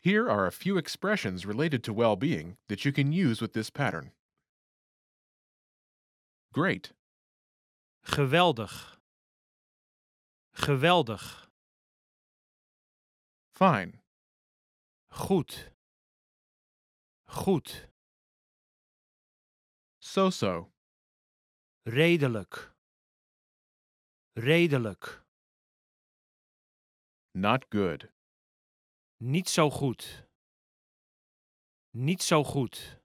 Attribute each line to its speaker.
Speaker 1: Here are a few expressions related to well being that you can use with this pattern. Great,
Speaker 2: Geweldig. Geweldig.
Speaker 1: fine,
Speaker 2: Goed. Goed.
Speaker 1: so so,
Speaker 2: Redelijk. Redelijk.
Speaker 1: not good.
Speaker 2: Niet zo goed. Niet zo goed.